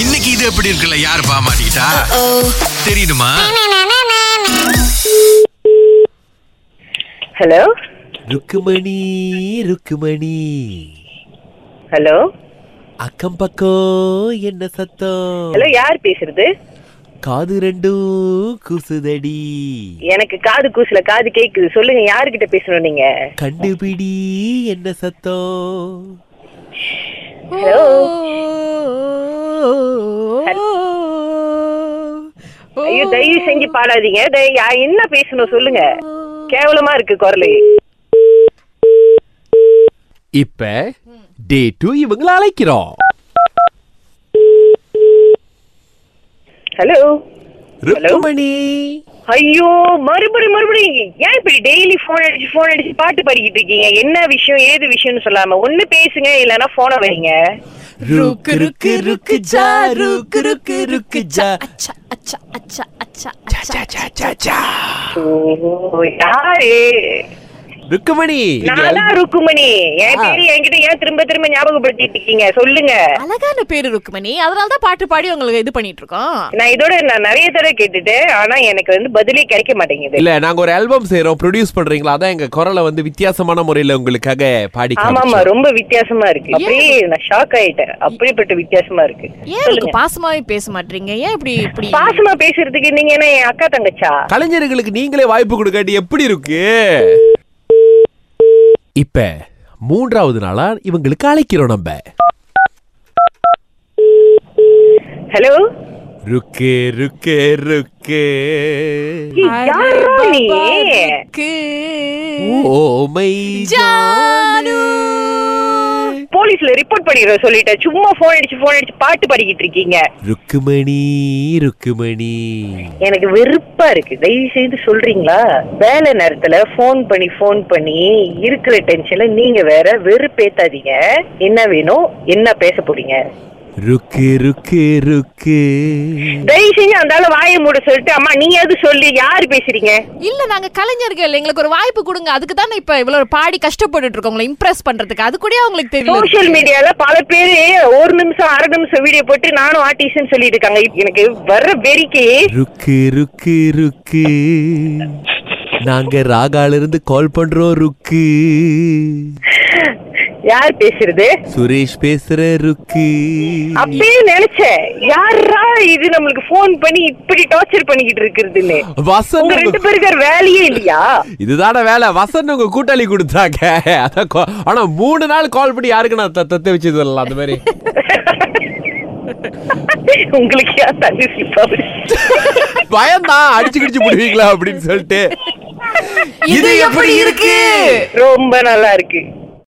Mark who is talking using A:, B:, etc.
A: இன்னைக்கு இது எப்படி இருக்குல்ல யாரு பாமாட்டா தெரியுமா
B: ஹலோ
C: ருக்குமணி ருக்குமணி
B: ஹலோ
C: அக்கம் பக்கம் என்ன சத்தம்
B: ஹலோ யார் பேசுறது
C: காது ரெண்டும் குசுதடி
B: எனக்கு காது கூசுல காது கேக்குது சொல்லுங்க யாருகிட்ட பேசணும் நீங்க
C: கண்டுபிடி என்ன சத்தம்
B: ஹலோ ஐயோ தயவு செஞ்சு பாடாதீங்க தயவு யா- என்ன பேசணும் சொல்லுங்க கேவலமா இருக்கு குரலு
C: இப்ப டே டூ இவங்கள அழைக்கிறோம்
B: ஹலோ
C: ருக்குமணி
B: ஐயோ மறுபடியும் மறுபடியும் ஏன் இப்படி டெய்லி ஃபோன் அடிச்சு ஃபோன் அடிச்சு பாட்டு பாடிக்கிட்டு இருக்கீங்க என்ன விஷயம் ஏது விஷயம்னு சொல்லாம ஒண்ணு பேசுங்க இல்லைன்னா போனை வைங்க
C: ருக்கு ருக்கு ருக்கு ஜா ருக்கு ருக்கு ருக்கு ஜா
D: அச்சா அச்சா அச்சா அச்சா
C: ஜா, ஜா, ஜா, ஜா, ஜா.
B: ஓ, யாரு
C: ருக்குமணி இங்க
B: நானா ருக்குமணி என்
C: ஆ.
B: பேரு என்கிட்ட ஏன் திரும்ப திரும்ப ஞாபகப்படுத்திட்டு இருக்கீங்க சொல்லுங்க
D: அழகான பேரு ருக்குமணி அதனால தான் பாட்டு பாடி உங்களுக்கு இது பண்ணிட்டு இருக்கோம்
B: நான் இதோட நான் நிறைய தடவை கேட்டுட்டேன் ஆனா எனக்கு வந்து பதிலே கிடைக்க மாட்டேங்குது
C: இல்ல நாங்க ஒரு ஆல்பம் செய்றோம் ப்ரொடியூஸ் பண்றீங்களா அதான் எங்க குரலை வந்து வித்தியாசமான முறையில உங்களுக்காக பாடி
B: ஆமா ஆமா
C: காமிச்சோம்.
B: ரொம்ப வித்தியாசமா இருக்கு அப்படியே நான் ஷாக் ஆயிட்டேன் அப்படிப்பட்ட வித்தியாசமா இருக்கு
D: ஏன்
B: சொல்லுங்க
D: உங்களுக்கு பாசமாவே பேச மாட்டீங்க ஏன் இப்படி இப்படி
B: பாசமா பேசுறதுக்கு நீங்க என்ன என் அக்கா தங்கச்சா
C: கலைஞர்களுக்கு நீங்களே வாய்ப்பு கொடுக்காட்டி எப்படி இருக்கு இப்ப மூன்றாவது நாளா இவங்களுக்கு அழைக்கிறோம் நம்ம
B: ஹலோ
C: ருக்கு ருக்கு ருக்கு
B: யாரா நீ
D: ருக்கு.
C: ஓமை
D: ஜானு.
B: போலீஸ்ல ரிப்போர்ட் பண்ணிடுறேன் சொல்லிட்டேன் சும்மா போன் அடிச்சு போன் அடிச்சு பாட்டு பாடிக்கிட்டு இருக்கீங்க
C: ருக்குமணி ருக்குமணி
B: எனக்கு வெறுப்பா இருக்கு தயவு செய்து சொல்றீங்களா வேலை நேரத்துல ஃபோன் பண்ணி ஃபோன் பண்ணி இருக்கிற டென்ஷன்ல நீங்க வேற வெறுப்பேத்தாதீங்க என்ன வேணும் என்ன பேச போறீங்க
C: ருக்கு ருக்கு ருக்கு
B: தயவு செஞ்சு அந்த ஆளு வாயை மூட சொல்லிட்டு அம்மா நீயாவது சொல்லி யாரு பேசுறீங்க
D: இல்ல நாங்க கலைஞர்கள் எங்களுக்கு ஒரு வாய்ப்பு கொடுங்க அதுக்கு தான் இப்ப இவ்வளவு பாடி கஷ்டப்பட்டுட்டு இருக்கோம் உங்களை இம்ப்ரெஸ் பண்றதுக்கு அது கூட உங்களுக்கு தெரியல
B: சோஷியல் மீடியால பல பேரு ஒரு நிமிஷம் அரை நிமிஷம் வீடியோ போட்டு நானும் ஆர்டிஸ்ட்னு சொல்லிட்டு இருக்காங்க எனக்கு வர்ற வெறிக்கு
C: ருக்கு ருக்கு ருக்கு நாங்க ராகால இருந்து கால் பண்றோம் ருக்கு
B: யார் பேசுறது
C: சுரேஷ் பேசுற ருக்கு
B: அப்பயே நினைச்சேன் யாரா இது நம்மளுக்கு ஃபோன் பண்ணி இப்படி டார்ச்சர் பண்ணிக்கிட்டு இருக்கிறதுன்னு உங்க
C: வசந்த்
B: ரெண்டு
C: உங்க-
B: பேருக்கு வேற வேலையே இல்லையா
C: இதுதான வேலை வசந்த் உங்க கூட்டாளி கொடுத்தாங்க அதான் கோ- ஆனா மூணு நாள் கால் பண்ணி யாருக்கு நான் த- தத்து வச்சது இல்ல அந்த மாதிரி
B: உங்களுக்கு ஏன் தண்ணி சிப்பாவு
C: பயம்தான் அடிச்சு கிடிச்சு போடுவீங்களா அப்படின்னு சொல்லிட்டு
D: இது எப்படி இருக்கு
B: ரொம்ப நல்லா இருக்கு